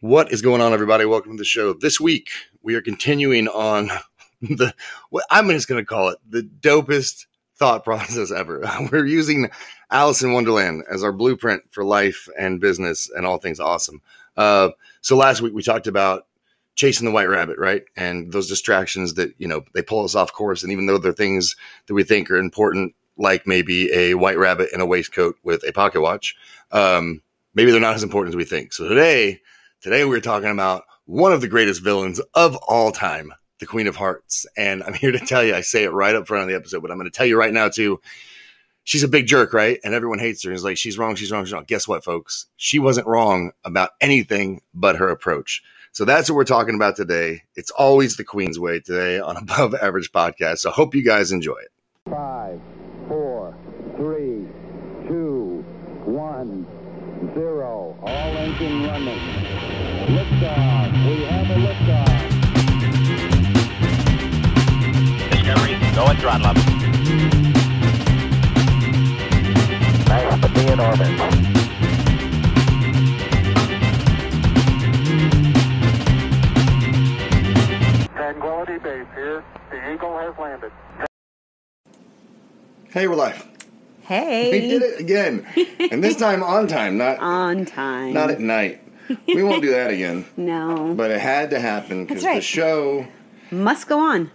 What is going on, everybody? Welcome to the show. This week we are continuing on the what I'm just going to call it the dopest thought process ever. We're using Alice in Wonderland as our blueprint for life and business and all things awesome. Uh, so last week we talked about chasing the white rabbit, right? And those distractions that you know they pull us off course. And even though they're things that we think are important, like maybe a white rabbit in a waistcoat with a pocket watch, um, maybe they're not as important as we think. So today today we're talking about one of the greatest villains of all time the queen of hearts and i'm here to tell you i say it right up front of the episode but i'm going to tell you right now too she's a big jerk right and everyone hates her and is like she's wrong she's wrong she's wrong guess what folks she wasn't wrong about anything but her approach so that's what we're talking about today it's always the queen's way today on above average podcast so hope you guys enjoy it Five, four, three, two, one, zero. All engine running. Liftoff. We have a liftoff. Discovery, go and throttle up. Nice to be in orbit. Tranquility Base here. The Eagle has landed. hey we're live Hey. Um. we did it again and this time on time not On time. not at night we won't do that again no. But it had to happen because That's right. the show. Must go on.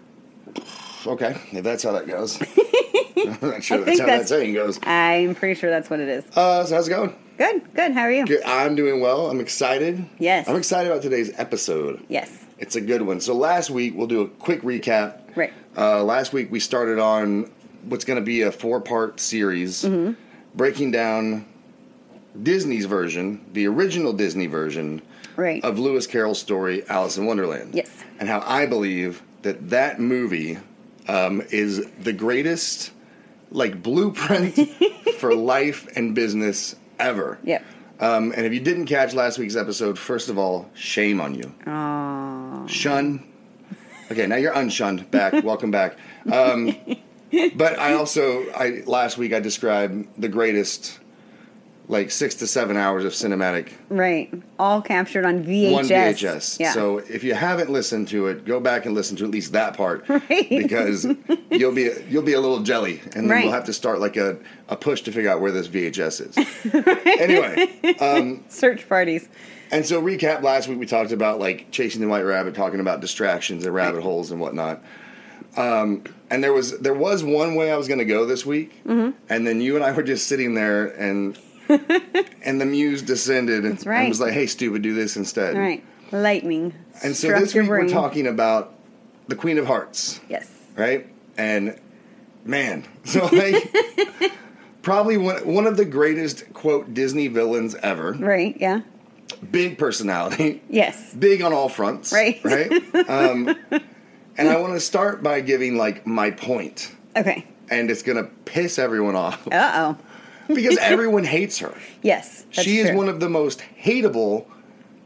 Okay, if that's how that goes. I'm not sure I that's how think that that's- saying goes. I'm pretty sure that's what it is. Uh, so how's it going? Good, good. How are you? Good. I'm doing well. I'm excited. Yes. I'm excited about today's episode. Yes. It's a good one. So last week we'll do a quick recap. Right. Uh, last week we started on what's going to be a four-part series, Mm-hmm. breaking down Disney's version, the original Disney version, Right. of Lewis Carroll's story, Alice in Wonderland. Yes. And how I believe that that movie um, is the greatest, like, blueprint for life and business ever. Yep. Um, and if you didn't catch last week's episode, first of all, shame on you. Oh. Shun. Okay, now you're unshunned. Back. Welcome back. Um, but I also, I last week I described the greatest, like, six to seven hours of cinematic Right. All captured on VHS. one VHS. Yeah. So if you haven't listened to it, go back and listen to at least that part Right. because you'll be you'll be a little jelly, and then Right. we'll have to start like a, a push to figure out where this VHS is. Anyway, Search parties. and so recap last week we talked about like chasing the white rabbit, talking about distractions and rabbit holes and whatnot. Um, and there was there was one way I was going to go this week, Mm-hmm. and then you and I were just sitting there and. and the muse descended That's and right. was like, "Hey, stupid, do this instead." All right. Lightning. And so struck this your week we're brain. talking about the Queen of Hearts, Yes. right? And man, so like probably one one of the greatest quote Disney villains ever. Right. Yeah. Big personality, Yes. big on all fronts, Right. Right. Um, and I want to start by giving like my point, Okay. and it's gonna piss everyone off Uh oh. because everyone hates her. Yes. that's she is true. one of the most hateable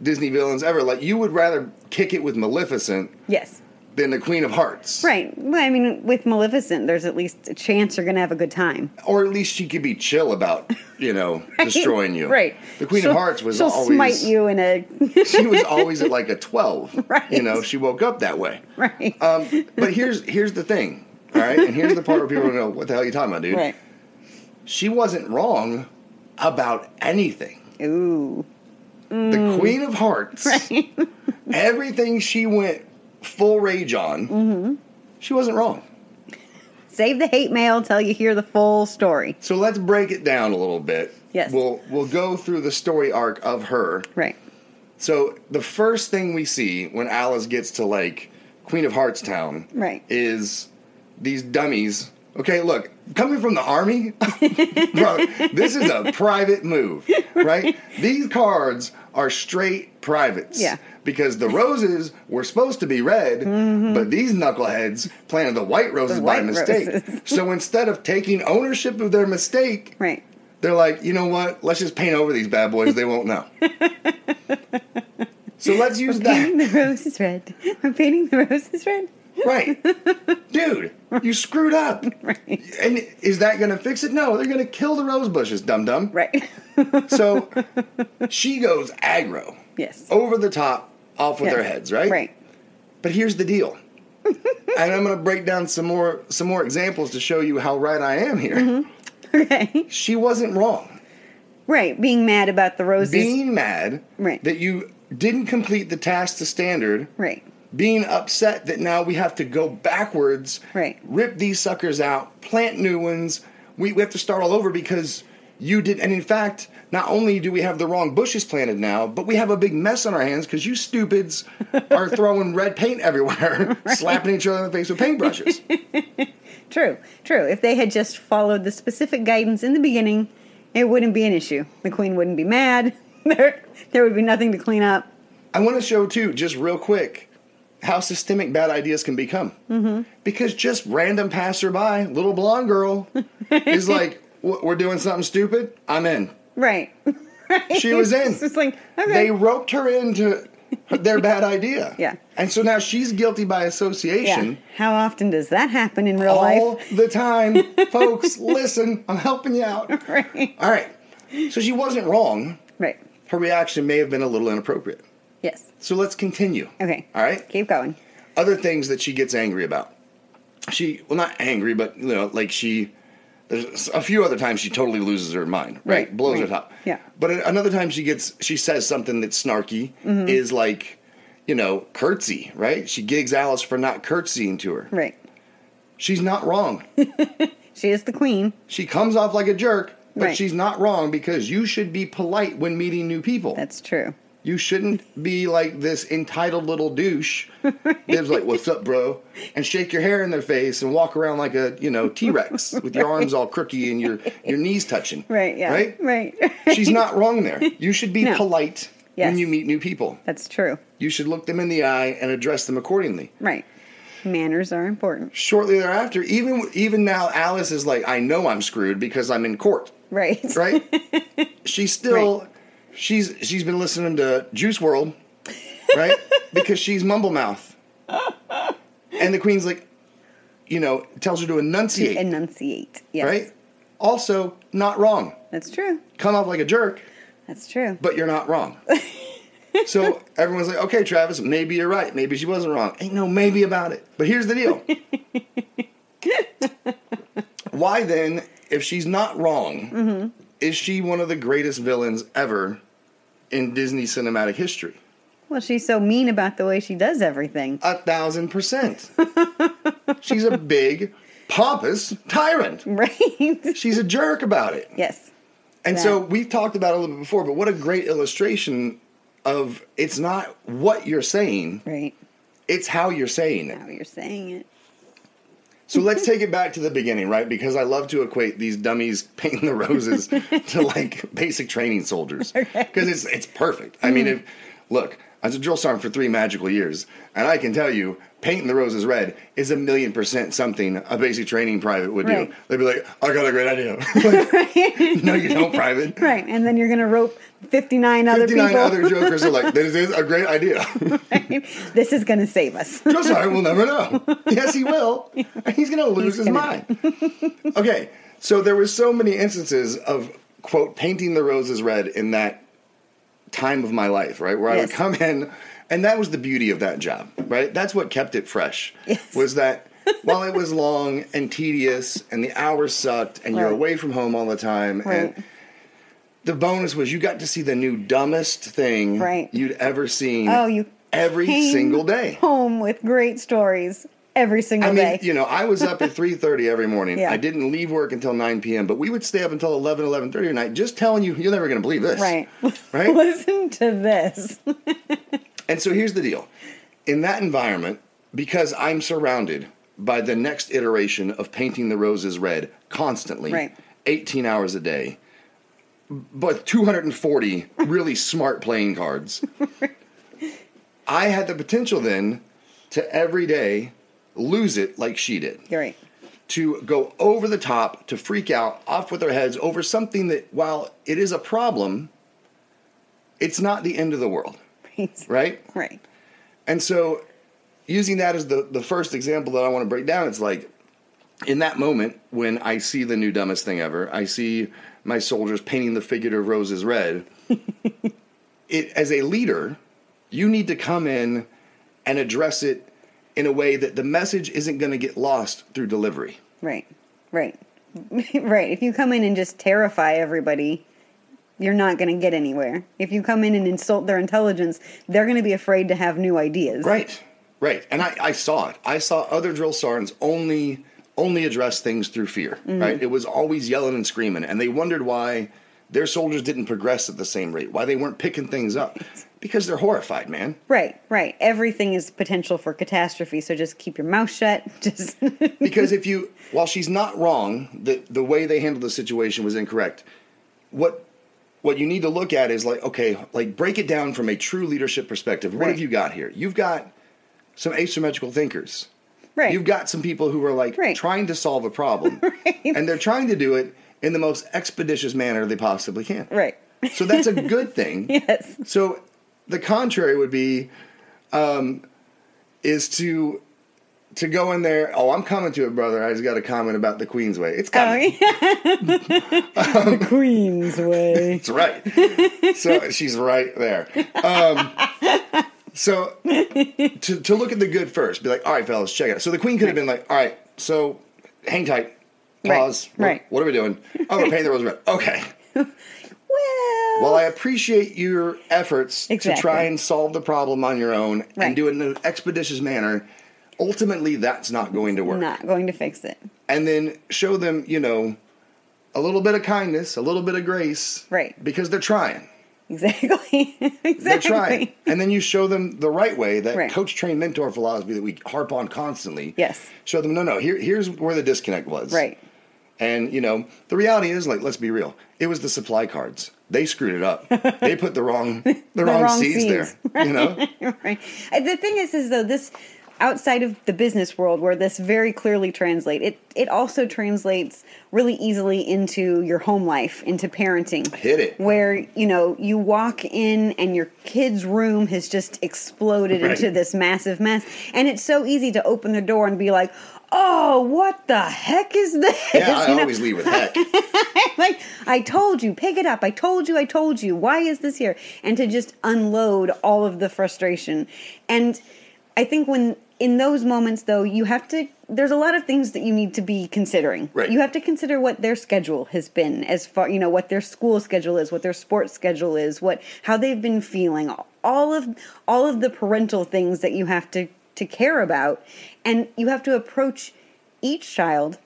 Disney villains ever. Like you would rather kick it with Maleficent Yes. than the Queen of Hearts, Right. Well, I mean, with Maleficent, there's at least a chance you're going to have a good time. or at least she could be chill about you know destroying you. Right. The Queen She'll- of Hearts was she'll always smite you in a she was always at like a twelve. Right. You know, she woke up that way. Right. Um, but here's here's the thing. All right, and here's the part where people are gonna go, "What the hell are you talking about, dude?" right. She wasn't wrong about anything. Ooh. The Queen of Hearts, Mm. Right. everything she went full rage on, Mm-hmm. she wasn't wrong. Save the hate mail till you hear the full story. So let's break it down a little bit. Yes. We'll we'll go through the story arc of her. Right. So the first thing we see when Alice gets to like Queen of Hearts Town, Right. is these dummies. Okay, look, coming from the army, bro, this is a private move, right? These cards are straight privates. Yeah. Because the roses were supposed to be red, but these knuckleheads planted the white roses by Mm-hmm. white mistake. roses. so instead of taking ownership of their mistake, Right. they're like, you know what? Let's just paint over these bad boys. They won't know. so let's use that. Painting the rose is red. We're painting the rose is red. Right. Dude, you screwed up. Right. And is that going to fix it? No, they're going to kill the rose bushes, dum dum. Right. So she goes aggro. Yes. over the top, off Oh, with yes. their heads, right? Right. But here's the deal. and I'm going to break down some more some more examples to show you how right I am here. Mm-hmm. Okay. She wasn't wrong. Right. Being mad about the roses. Being mad Right. that you didn't complete the task to standard, right. being upset that now we have to go backwards, Right. rip these suckers out, plant new ones. We, we have to start all over because you did. And in fact, not only do we have the wrong bushes planted now, but we have a big mess on our hands because you stupids are throwing red paint everywhere, slapping each other in the face with paintbrushes. True. True. If they had just followed the specific guidance in the beginning, it wouldn't be an issue. The queen wouldn't be mad. There, there would be nothing to clean up. I want to show too, just real quick, how systemic bad ideas can become. Mm-hmm. Because just random passerby, little blonde girl, is like, "W- "We're doing something stupid. I'm in." Right. right. She was in. It's just like okay. They roped her into their bad idea. Yeah. and so now she's guilty by association. yeah. How often does that happen in real All life? the time, folks. Listen, I'm helping you out. Right. All right. So she wasn't wrong. Right. Her reaction may have been a little inappropriate. Yes. So let's continue. Okay. All right. Keep going. other things that she gets angry about. She well, not angry, but you know, like she. There's a few other times she totally loses her mind, right? Right, Blows her right. top. Yeah. But a- another time she gets, she says something that's snarky, Mm-hmm. is like, you know, curtsy, right? She gigs Alice for not curtsying to her. Right. She's not wrong. She is the queen. she comes off like a jerk, but Right. she's not wrong because you should be polite when meeting new people. That's true. You shouldn't be like this entitled little douche that's like, "What's up, bro?" and shake your hair in their face and walk around like a you know T Rex with your arms all crooky and your your knees touching. Right. Yeah. Right. Right. She's not wrong there. You should be No. polite when Yes. you meet new people. That's true. You should look them in the eye and address them accordingly. Right. Manners are important. Shortly thereafter, even even now, Alice is like, "I know I'm screwed because I'm in court." Right. Right. she's still. She's she's been listening to Juice World, right? because she's mumble mouth. And the queen's like, you know, tells her to enunciate, Enunciate. Yes. right? Also, not wrong. That's true. Come off like a jerk, That's true. but you're not wrong. so everyone's like, okay, Travis, maybe you're right. Maybe she wasn't wrong. Ain't no maybe about it. But here's the deal. Why then, if she's not wrong, is she one of the greatest villains ever in Disney cinematic history? well, she's so mean about the way she does everything. A thousand percent. she's a big, pompous tyrant. Right. She's a jerk about it. yes. And so Yeah. we've talked about it a little bit before, but what a great illustration of it's not what you're saying, Right. it's how you're saying it. Now you're saying it. So let's take it back to the beginning, right? Because I love to equate these dummies painting the roses to like basic training soldiers. Because it's it's perfect. I Hmm. mean, if, look, I was a drill sergeant for three magical years, and I can tell you, painting the roses red is a million percent something a basic training private would Right. do. They'd be like, "I got a great idea." Like, no, you don't, private. Right. And then you're going to rope 59 other 59 people. other jokers are like, this is a great idea. this is going to save us. Joe Sawyer will never know. Yes, he will. And he's going to lose his gonna- mind. okay, so there were so many instances of, quote, painting the roses red in that time of my life, right? Where I would Yes. come in, and that was the beauty of that job, right? That's what kept it fresh, Yes. was that while it was long and tedious and the hours sucked and you're Right. away from home all the time Right. and the bonus was you got to see the new dumbest thing Right. you'd ever seen Oh, you every came single day Home with great stories every single I mean, day. you know, I was up at 3.30 every morning. Yeah. I didn't leave work until 9 p.m., but we would stay up until 11, 11.30 at night just telling you, you're never going to believe this. right. Right? Listen to this. and so here's the deal. In that environment, because I'm surrounded by the next iteration of painting the roses red constantly, Right. 18 hours a day, but 240 really smart playing cards, I had the potential then to every day lose it like she did. You're right. to go over the top, to freak out, off with their heads over something that, while it is a problem, it's not the end of the world, right? Right. And so, using that as the, the first example that I want to break down, it's like in that moment when I see the new dumbest thing ever, I see my soldiers painting the figurative roses red. it as a leader, you need to come in and address it in a way that the message isn't going to get lost through delivery. Right. Right. right. If you come in and just terrify everybody, you're not going to get anywhere. If you come in and insult their intelligence, they're going to be afraid to have new ideas. Right, right. And I, I saw it. I saw other drill sergeants only only address things through fear. Right. It was always yelling and screaming, and they wondered why their soldiers didn't progress at the same rate, why they weren't picking things up, because they're horrified, man. Right, right. Everything is potential for catastrophe, so just keep your mouth shut. Just because if you while she's not wrong that the way they handled the situation was incorrect what what you need to look at is like okay like break it down from a true leadership perspective what Right. have you got here you've got some asymmetrical thinkers right. you've got some people who are like Right. trying to solve a problem and they're trying to do it in the most expeditious manner they possibly can right. so that's a good thing yes. so the contrary would be um, is to to go in there. Oh, I'm coming to it, brother. I just got a comment about the Queen's Way. It's Oh, coming. yeah. Um, the Queen's way. That's right. so she's right there. Um, so to to look at the good first, be like, all right, fellas, check it out. So the Queen could have been like, all right, so hang tight. Right, Pause. What- right. What, are we doing? Oh, we're painting the rose red. Okay. Well, Well, I appreciate your efforts to Exactly. try and solve the problem on your own and Right. do it in an expeditious manner. Ultimately, that's not going to work. not going to fix it. And then show them, you know, a little bit of kindness, a little bit of grace. Right. Because they're trying. Exactly. exactly. They're trying. And then you show them the right way, that Right. coach train mentor philosophy that we harp on constantly. Yes. Show them, no, no, here, here's where the disconnect was. Right. And you know, the reality is, like, let's be real. It was the supply cards. They screwed it up. they put the wrong the, wrong, wrong seeds, seeds. there. You know, right. And The thing is, is though this outside of the business world where this very clearly translates, it it also translates really easily into your home life, into parenting. Hit it. Where you know you walk in and your kid's room has just exploded Right. into this massive mess, and it's so easy to open the door and be like. Oh, what the heck is this? yeah, I You know? always leave with heck. like I told you, pick it up. I told you, I told you. Why is this here? And to just unload all of the frustration. And I think when in those moments though, you have to there's a lot of things that you need to be considering. Right. You have to consider what their schedule has been as far, you know, what their school schedule is, what their sports schedule is, what how they've been feeling, all of all of the parental things that you have to to care about. And you have to approach each child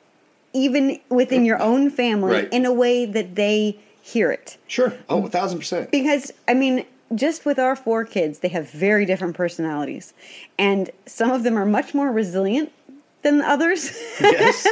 even within your own family Right. in a way that they hear it Sure. Oh, a thousand percent. because i mean just with our four kids they have very different personalities and some of them are much more resilient than others Yes.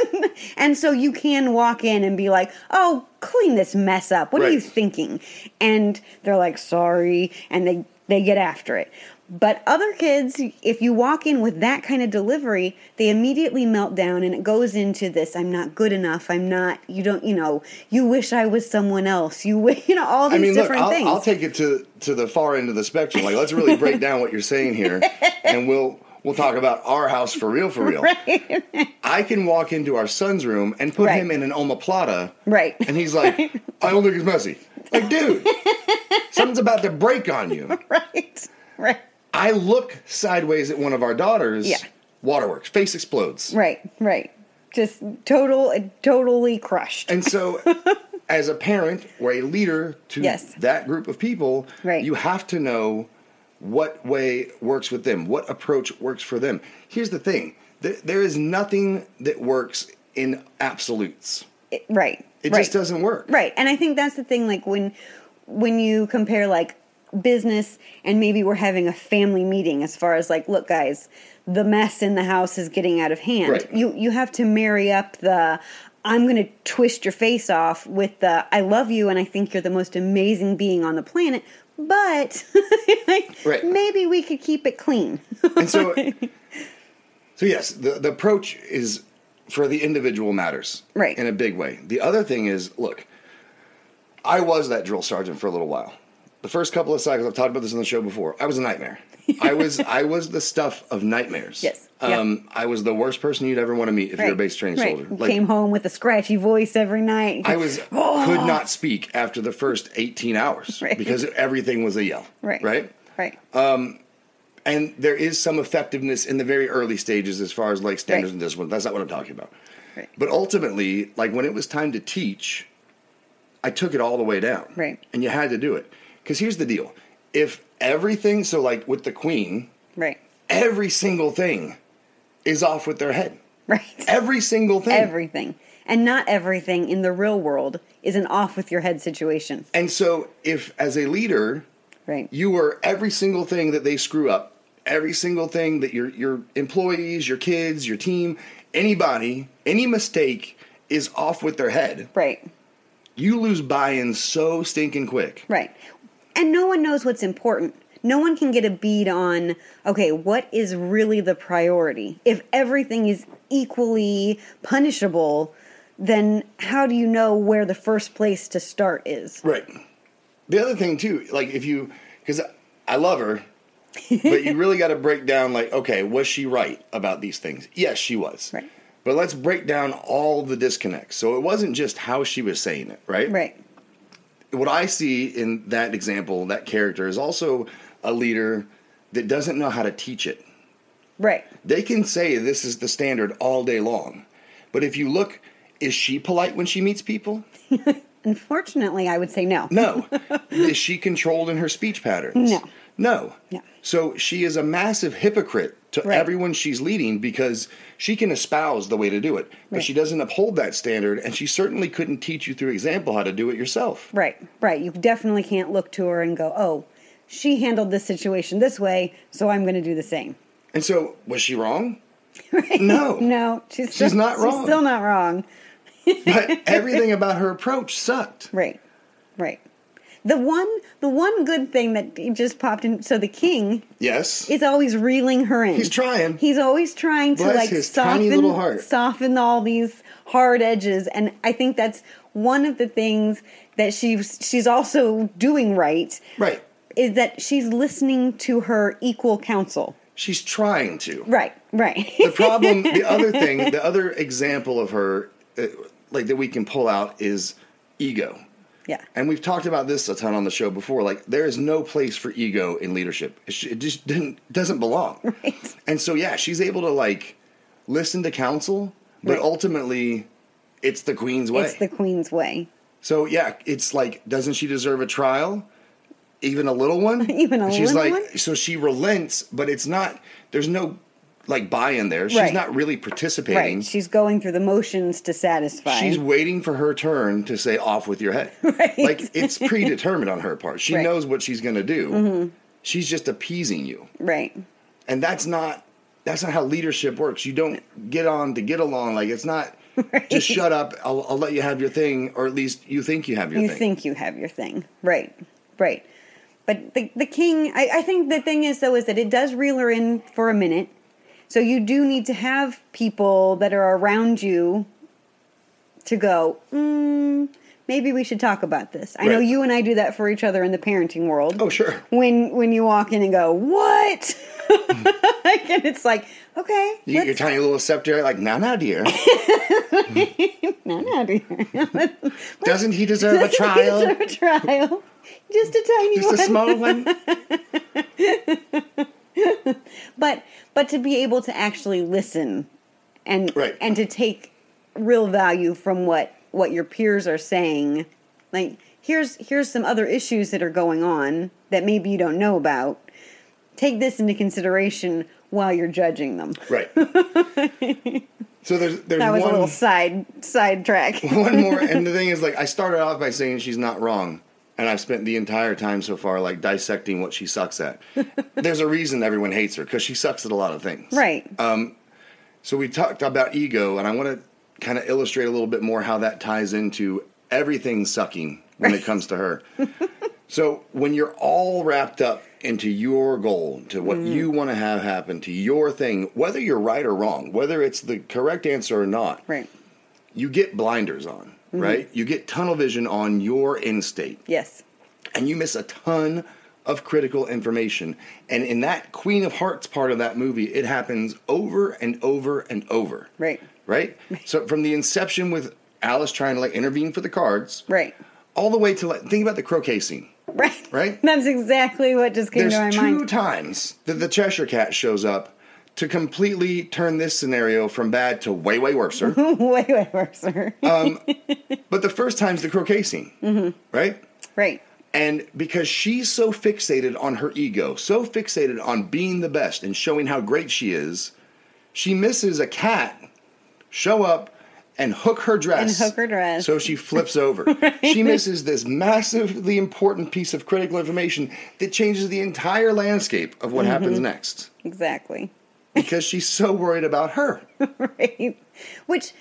and so you can walk in and be like oh clean this mess up what are you Right. thinking and they're like sorry and they they get after it but other kids if you walk in with that kind of delivery they immediately melt down and it goes into this i'm not good enough i'm not you don't you know you wish i was someone else you wi- you know all these I mean, look, different I'll, things I'll take it to to the far end of the spectrum. Like, let's really break down what you're saying here, and we'll we'll talk about our house for real, for real. I can walk into our son's room and put Right. him in an omoplata. Right. And he's like, I don't think it's messy. Like, dude, something's about to break on you. right right I look sideways at one of our daughters. Yeah. Waterworks. Face explodes. right right just total totally crushed And so, as a parent or a leader to Yes. that group of people, Right. you have to know what way works with them, what approach works for them. Here's the thing there, there is nothing that works in absolutes, It- right it right. just doesn't work. Right. And I think that's the thing like when when you compare like business and maybe we're having a family meeting as far as like look guys, the mess in the house is getting out of hand. Right. You you have to marry up the I'm going to twist your face off with the I love you and I think you're the most amazing being on the planet, but Right. maybe we could keep it clean. and so so yes the, the approach is for the individual matters Right. in a big way the other thing is look i was that drill sergeant for a little while the first couple of cycles, I've talked about this on the show before. I was a nightmare. I was I was the stuff of nightmares. Yes. Um, I was the worst person you'd ever want to meet if you're a base training right. soldier. You Came home with a scratchy voice every night. I was could not speak after the first 18 hours Right. because everything was a yell. right, Right? Uh, right. And there is some effectiveness in the very early stages as far as like standards Right. and discipline. That's not what I'm talking about. Right. But ultimately, like when it was time to teach, I took it all the way down. Right. And you had to do it. Because here's the deal. If everything, so like with the queen, right, every single thing is off with their head. right. Every single thing. Everything, and not everything in the real world is an off with your head situation. And so if as a leader, Right, you were every single thing that they screw up, every single thing that your your employees, your kids, your team, anybody, any mistake is off with their head. right, You lose buy-in so stinking quick. right. And no one knows what's important. No one can get a bead on okay, what is really the priority? If everything is equally punishable, then how do you know where the first place to start is? Right. The other thing too, like if you, because I love her, but you really got to break down like, okay, was she right about these things? Yes, she was. Right. But let's break down all the disconnects. So it wasn't just how she was saying it, right? Right, What I see in that example, that character is also a leader that doesn't know how to teach it. right, They can say this is the standard all day long, but if you look, is she polite when she meets people? Unfortunately, I would say no. No. is she controlled in her speech patterns? No. No. No. So she is a massive hypocrite to Right. everyone she's leading because she can espouse the way to do it, but Right. she doesn't uphold that standard, and she certainly couldn't teach you through example how to do it yourself. Right, right. You definitely can't look to her and go, oh, she handled this situation this way, so I'm going to do the same. And so, was she wrong? No. No, she's, She's still- not wrong. She's still not wrong. But everything about her approach sucked. Right, right. The one, the one good thing that just popped in. So the king Yes. is always reeling her in. He's trying. He's always trying to Bless like his soften, tiny little heart. soften all these hard edges, and I think that's one of the things that she's she's also doing right. right. Is that she's listening to her equal counsel. She's trying to. Right, right. the problem the other thing the other example of her uh, like that we can pull out is ego yeah. and we've talked about this a ton on the show before like there is no place for ego in leadership it sh- it just didn't, doesn't belong Right. and so yeah she's able to like listen to counsel but Right. ultimately it's the queen's way It's the queen's way. so yeah it's like doesn't she deserve a trial even a little one Even a she's little like one? so she relents but it's not there's no like buy-in there she's Right. not really participating Right. She's going through the motions to satisfy. She's waiting for her turn to say off with your head. Right. Like it's predetermined on her part. She Right. Mm-hmm. knows what she's going to do. She's just appeasing you. right. And that's not that's not how leadership works. You don't get on to get along like it's not just shut up. I'll, I'll let you have your thing or at least you think you have your You thing. think you have your thing. Right. Right. But the the king I, I think the thing is though is that it does reel her in for a minute. So you do need to have people that are around you to go, mm, maybe we should talk about this. I know Right. you and I do that for each other in the parenting world. oh sure. When when you walk in and go, What? like, and it's like, okay. You get let's your tiny little scepter like now now dear. No, no, dear. Doesn't he deserve a trial? Deserve a trial. Just a tiny Just a small one. one. but but to be able to actually listen and Right. and to take real value from what what your peers are saying. Like here's here's some other issues that are going on that maybe you don't know about. Take this into consideration while you're judging them. Right. So there's there's That was one a little side sidetrack. one more and the thing is like i started off by saying she's not wrong and i've spent the entire time so far like dissecting what she sucks at there's a reason everyone hates her because she sucks at a lot of things right. uh, so we talked about ego and i want to kind of illustrate a little bit more how that ties into everything sucking when it comes to her so when you're all wrapped up into your goal to what you want to have happen to your thing whether you're right or wrong whether it's the correct answer or not right. you get blinders on, right? You get tunnel vision on your end state. Yes. and you miss a ton of critical information. And in that Queen of Hearts part of that movie, it happens over and over and over. Right. Right? So from the inception with Alice trying to like intervene for the cards, Right. all the way to like think about the croquet scene. Right. Right? That's exactly what just came There's to my two mind. times that the Cheshire Cat shows up to completely turn this scenario from bad to way, way worser. way, way worse. Uh, but the first time's the croquet scene. Mm-hmm. Right? right. And because she's so fixated on her ego, so fixated on being the best and showing how great she is, she misses a cat show up and hook her dress. And hook her dress. So she flips over. She misses this massively important piece of critical information that changes the entire landscape of what happens Mm-hmm. next Exactly. because she's so worried about her. right which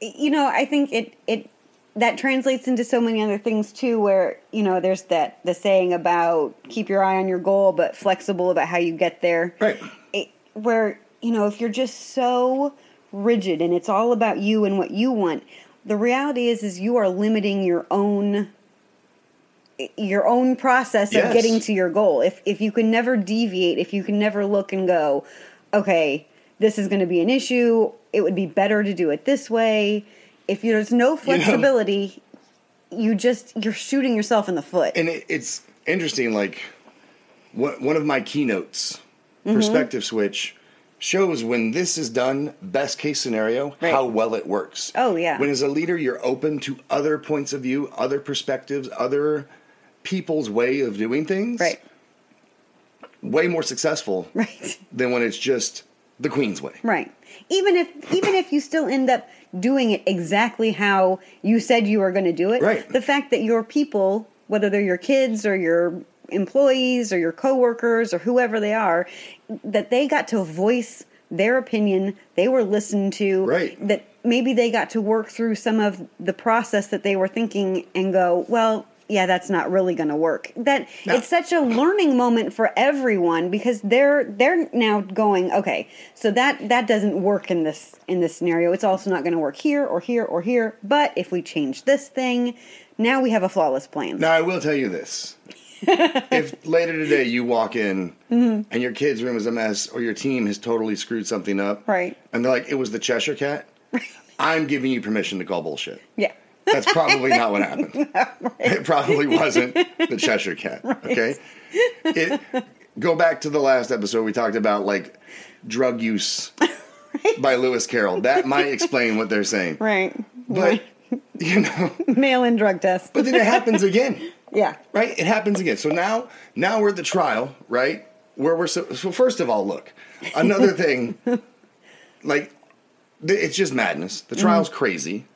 y- you know i think it it that translates into so many other things too where you know there's that the saying about keep your eye on your goal but flexible about how you get there Right. it, where you know if you're just so rigid and it's all about you and what you want the reality is is you are limiting your own your own process Yes. of getting to your goal. If if you can never deviate, if you can never look and go, okay, this is going to be an issue. It would be better to do it this way. If there's no flexibility, you, just you're shooting yourself in the foot. and it, it's interesting like what, one of my keynotes Mm-hmm. perspective switch shows when this is done best case scenario Right. how well it works Oh, yeah. when as a leader you're open to other points of view other perspectives other people's way of doing things right. way more successful Right. than when it's just the queen's way Right. Even if even if you still end up doing it exactly how you said you were going to do it, Right. the fact that your people, whether they're your kids or your employees or your coworkers or whoever they are, that they got to voice their opinion, they were listened to, Right. that maybe they got to work through some of the process that they were thinking and go, well, yeah, that's not really going to work. That No. it's such a learning moment for everyone because they're they're now going, okay, so that that doesn't work in this in this scenario. It's also not going to work here or here or here, but if we change this thing, now we have a flawless plan. now i will tell you this if later today you walk in Mm-hmm. and your kid's room is a mess or your team has totally screwed something up Right. and they're like it was the cheshire cat i'm giving you permission to call bullshit Yeah. That's probably not what happened. It probably wasn't the Cheshire Cat. Okay. It, go back to the last episode we talked about like drug use by Lewis Carroll. That might explain what they're saying. Right. But you know, Mail in drug test. but then it happens again. yeah. Right? It happens again. So now now we're at the trial, right? Where we're so, so first of all, look. Another thing like th- it's just madness. The trial's crazy.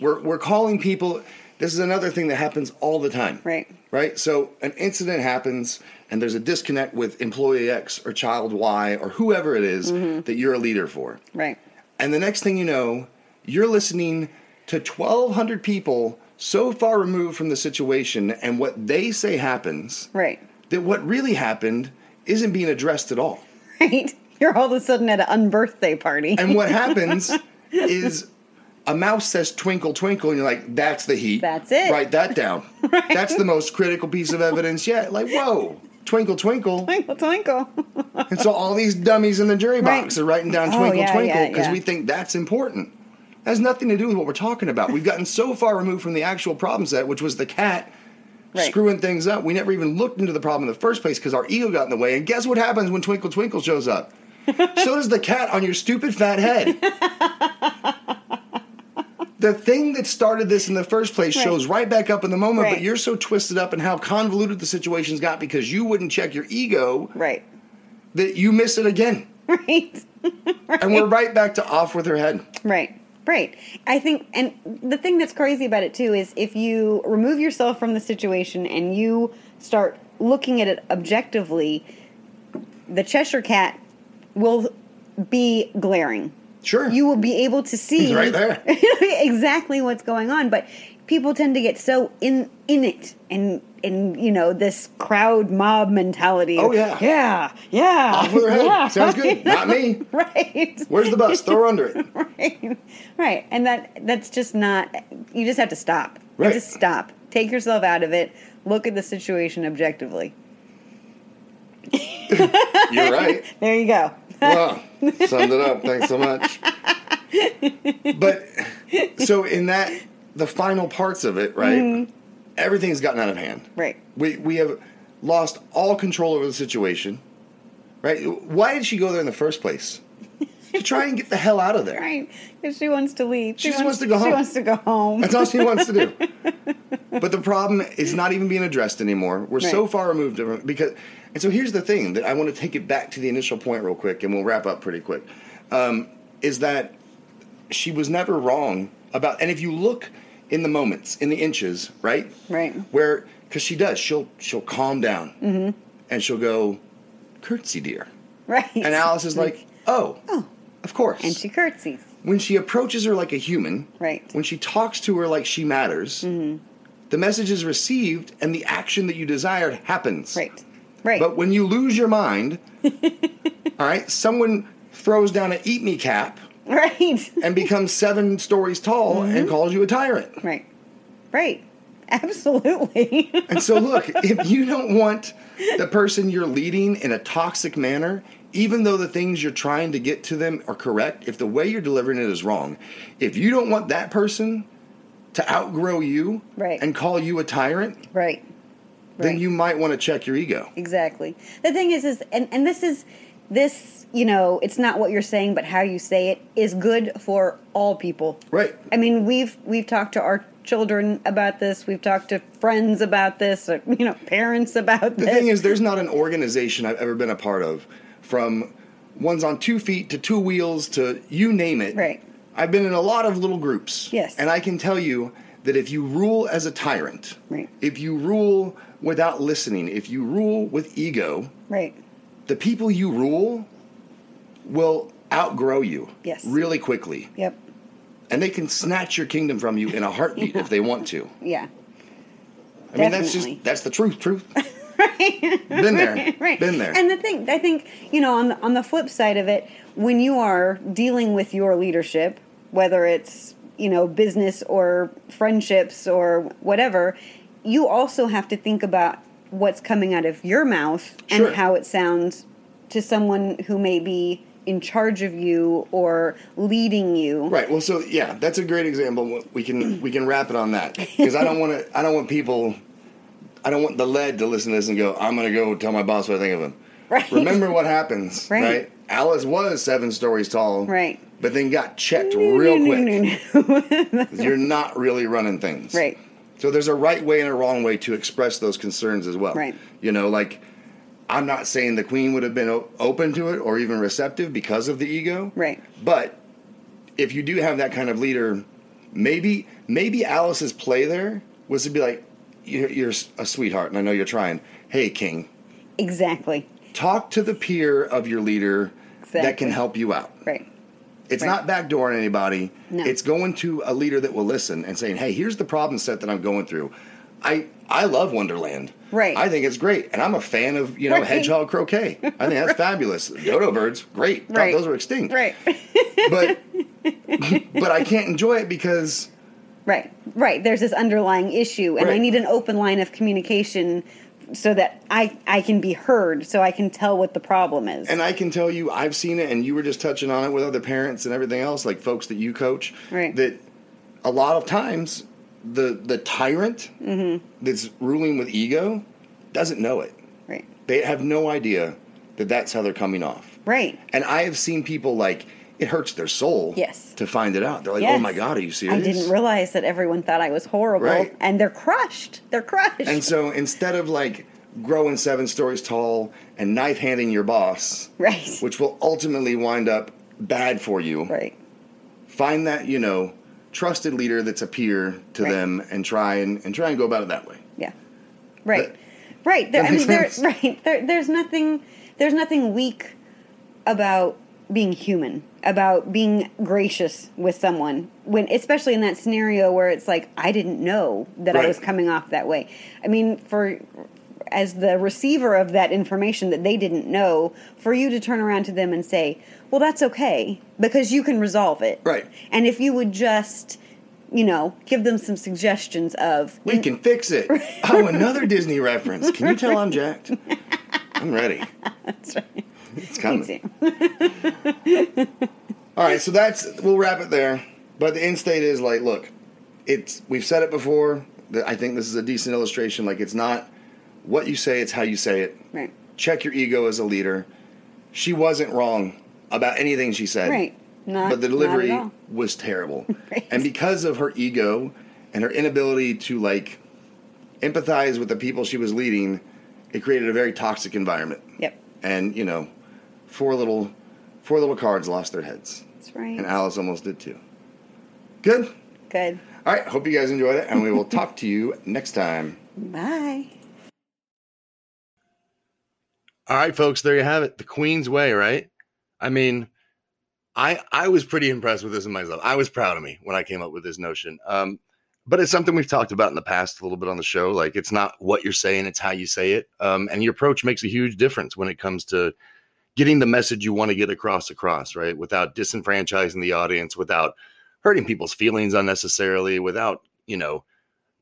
We're we're calling people. This is another thing that happens all the time. Right. Right. So an incident happens, and there's a disconnect with employee X or child Y or whoever it is that you're a leader for. Right. And the next thing you know, you're listening to 1,200 people so far removed from the situation and what they say happens Right. that what really happened isn't being addressed at all. Right. You're all of a sudden at an unbirthday party. And what happens is a mouse says twinkle twinkle and you're like that's the heat That's it. write that down that's the most critical piece of evidence yet like whoa twinkle twinkle twinkle twinkle. and so all these dummies in the jury Right. box are writing down Oh, twinkle yeah, twinkle yeah, because yeah. we think that's important that has nothing to do with what we're talking about we've gotten so far removed from the actual problem set which was the cat Right. screwing things up we never even looked into the problem in the first place because our ego got in the way and guess what happens when twinkle twinkle shows up so does the cat on your stupid fat head the thing that started this in the first place shows right back up in the moment, Right. but you're so twisted up in how convoluted the situation's got because you wouldn't check your ego Right. that you miss it again. Right. And we're right back to off with her head. Right. Right. I think, and the thing that's crazy about it too is if you remove yourself from the situation and you start looking at it objectively, the Cheshire Cat will be glaring. Sure. You will be able to see He's right there. exactly what's going on, but people tend to get so in in it and and you know this crowd mob mentality. Oh, yeah. yeah, yeah. off with her head. yeah. Sounds good. Not me. right. Where's the bus? Throw her under it. right right and that that's just not you just have to stop Right. just stop take yourself out of it Look at the situation objectively. You're right. There you go. Wow. Summed it up. Thanks so much. But so in that the final parts of it, right? Everything's gotten out of hand. Mm-hmm. Right. We we have lost all control over the situation. Right? Why did she go there in the first place? to try and get the hell out of there. Right. Because she wants to leave. She just wants to go home. She wants to go home. That's all she wants to do. But the problem is not even being addressed anymore. We're so Right. far removed from because, and so here's the thing that I want to take it back to the initial point real quick, and we'll wrap up pretty quick. Um, is that she was never wrong about, and if you look in the moments, in the inches, right, Right. Mm-hmm. where because she does, she'll she'll calm down, and she'll go, curtsy, dear, Right. and Alice is like, oh, Oh. of course, And she curtsies. when she approaches her like a human, Right. Mm-hmm. When she talks to her like she matters, the message is received and the action that you desired happens. Right. Right. But when you lose your mind, all right, someone throws down an eat me cap right. and becomes seven stories tall Mm-hmm. and calls you a tyrant. Right. Right. Absolutely. And so, look, if you don't want the person you're leading in a toxic manner, even though the things you're trying to get to them are correct, if the way you're delivering it is wrong, if you don't want that person to outgrow you Right. and call you a tyrant, right. then Right. you might want to check your ego. Exactly. The thing is is and, and this is this, you know, it's not what you're saying, but how you say it is good for all people. Right. I mean, we've we've talked to our children about this. We've talked to friends about this. Or, you know, parents about The this. thing is, there's not an organization I've ever been a part of from ones on two feet to two wheels to you name it. Right. I've been in a lot of little groups. Yes. And I can tell you that if you rule as a tyrant, Right. if you rule without listening, if you rule with ego, right. the people you rule will outgrow you Yes. really quickly. Yep. And they can snatch your kingdom from you in a heartbeat if they want to. Yeah. I mean, that's Definitely. just, that's the truth, truth. Been there. right. Been there. And the thing, I think, you know, on the, on the flip side of it, when you are dealing with your leadership, whether it's you know business or friendships or whatever, you also have to think about what's coming out of your mouth Sure. and how it sounds to someone who may be in charge of you or leading you. Right. Well, so yeah, that's a great example. We can we can wrap it on that because I don't want to. I don't want people. I don't want the lead to listen to this and go. I'm going to go tell my boss what I think of him. Right. Remember what happens. Right. Right. Alice was seven stories tall. Right. But then got checked real No, quick. no, no, no. You're not really running things. Right. So there's a right way and a wrong way to express those concerns as well. Right. You know, like I'm not saying the queen would have been o- open to it or even receptive because of the ego. Right. But if you do have that kind of leader, maybe maybe Alice's play there was to be like, you're, you're a sweetheart, and I know you're trying. Hey, King, Exactly. talk to the peer of your leader that Exactly. can help you out. Right. It's not Right. backdooring anybody. No. It's going to a leader that will listen and saying, "Hey, here's the problem set that I'm going through. I I love Wonderland. Right. I think it's great, and I'm a fan of you know Right. hedgehog croquet. I think that's fabulous. Dodo birds, great. Thought Right. those were extinct. Right. But but I can't enjoy it because Right, right. There's this underlying issue, and I Right. need an open line of communication so that I I can be heard, so I can tell what the problem is. and I can tell you I've seen it, and you were just touching on it with other parents and everything else, like folks that you coach. Right. That a lot of times the the tyrant Mm-hmm. that's ruling with ego doesn't know it. right, They have no idea that that's how they're coming off. right. And I have seen people like it hurts their soul. Yes. To find it out, they're like, "Oh Yes. my god, are you serious?" I didn't realize that everyone thought I was horrible, Right. and they're crushed. They're crushed. And so instead of like growing seven stories tall and knife handing your boss, right, which will ultimately wind up bad for you, right, find that you know trusted leader that's a peer to Right. them and try and, and try and go about it that way. yeah, right, That- right. There, that I makes mean, there, sense. right. There, there's nothing. There's nothing weak about being human, about being gracious with someone. When especially in that scenario where it's like I didn't know that I Right. was coming off that way. I mean, for as the receiver of that information that they didn't know, for you to turn around to them and say, "Well, that's okay because you can resolve it." Right. And if you would just you know, give them some suggestions of We can fix it. Oh, another Disney reference. Can you tell I'm jacked? I'm ready. That's right. It's coming. Easy. All right, so that's we'll wrap it there. But the end state is like, look, it's we've said it before. That I think this is a decent illustration. Like, it's not what you say; it's how you say it. Right. Check your ego as a leader. She wasn't wrong about anything she said. Right. Not but the delivery not at all. was terrible. Right. And because of her ego and her inability to like empathize with the people she was leading, it created a very toxic environment. Yep. And you know, four little four little cards lost their heads, That's right. and Alice almost did too. Good. Good. All right. Hope you guys enjoyed it, and we will talk to you next time. Bye. All right, folks, there you have it. The Queen's Way, right? I mean, I I was pretty impressed with this in myself. I was proud of me when I came up with this notion. Um, but it's something we've talked about in the past a little bit on the show. Like it's not what you're saying, it's how you say it. Um, and your approach makes a huge difference when it comes to getting the message you want to get across across, right? Without disenfranchising the audience, without hurting people's feelings unnecessarily, without, you know,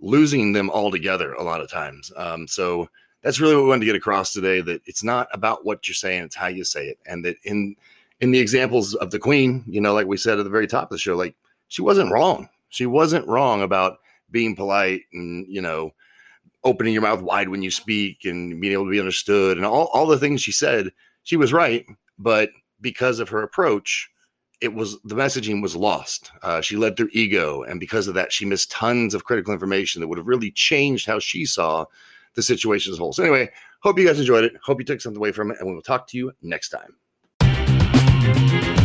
losing them altogether a lot of times. Um, so that's really what we wanted to get across today that it's not about what you're saying it's how you say it and that in in the examples of the queen you know like we said at the very top of the show like she wasn't wrong she wasn't wrong about being polite and you know opening your mouth wide when you speak and being able to be understood and all, all the things she said she was right but because of her approach it was the messaging was lost uh, she led through ego and because of that she missed tons of critical information that would have really changed how she saw the situation as a whole. So anyway, hope you guys enjoyed it. Hope you took something away from it, and we will talk to you next time.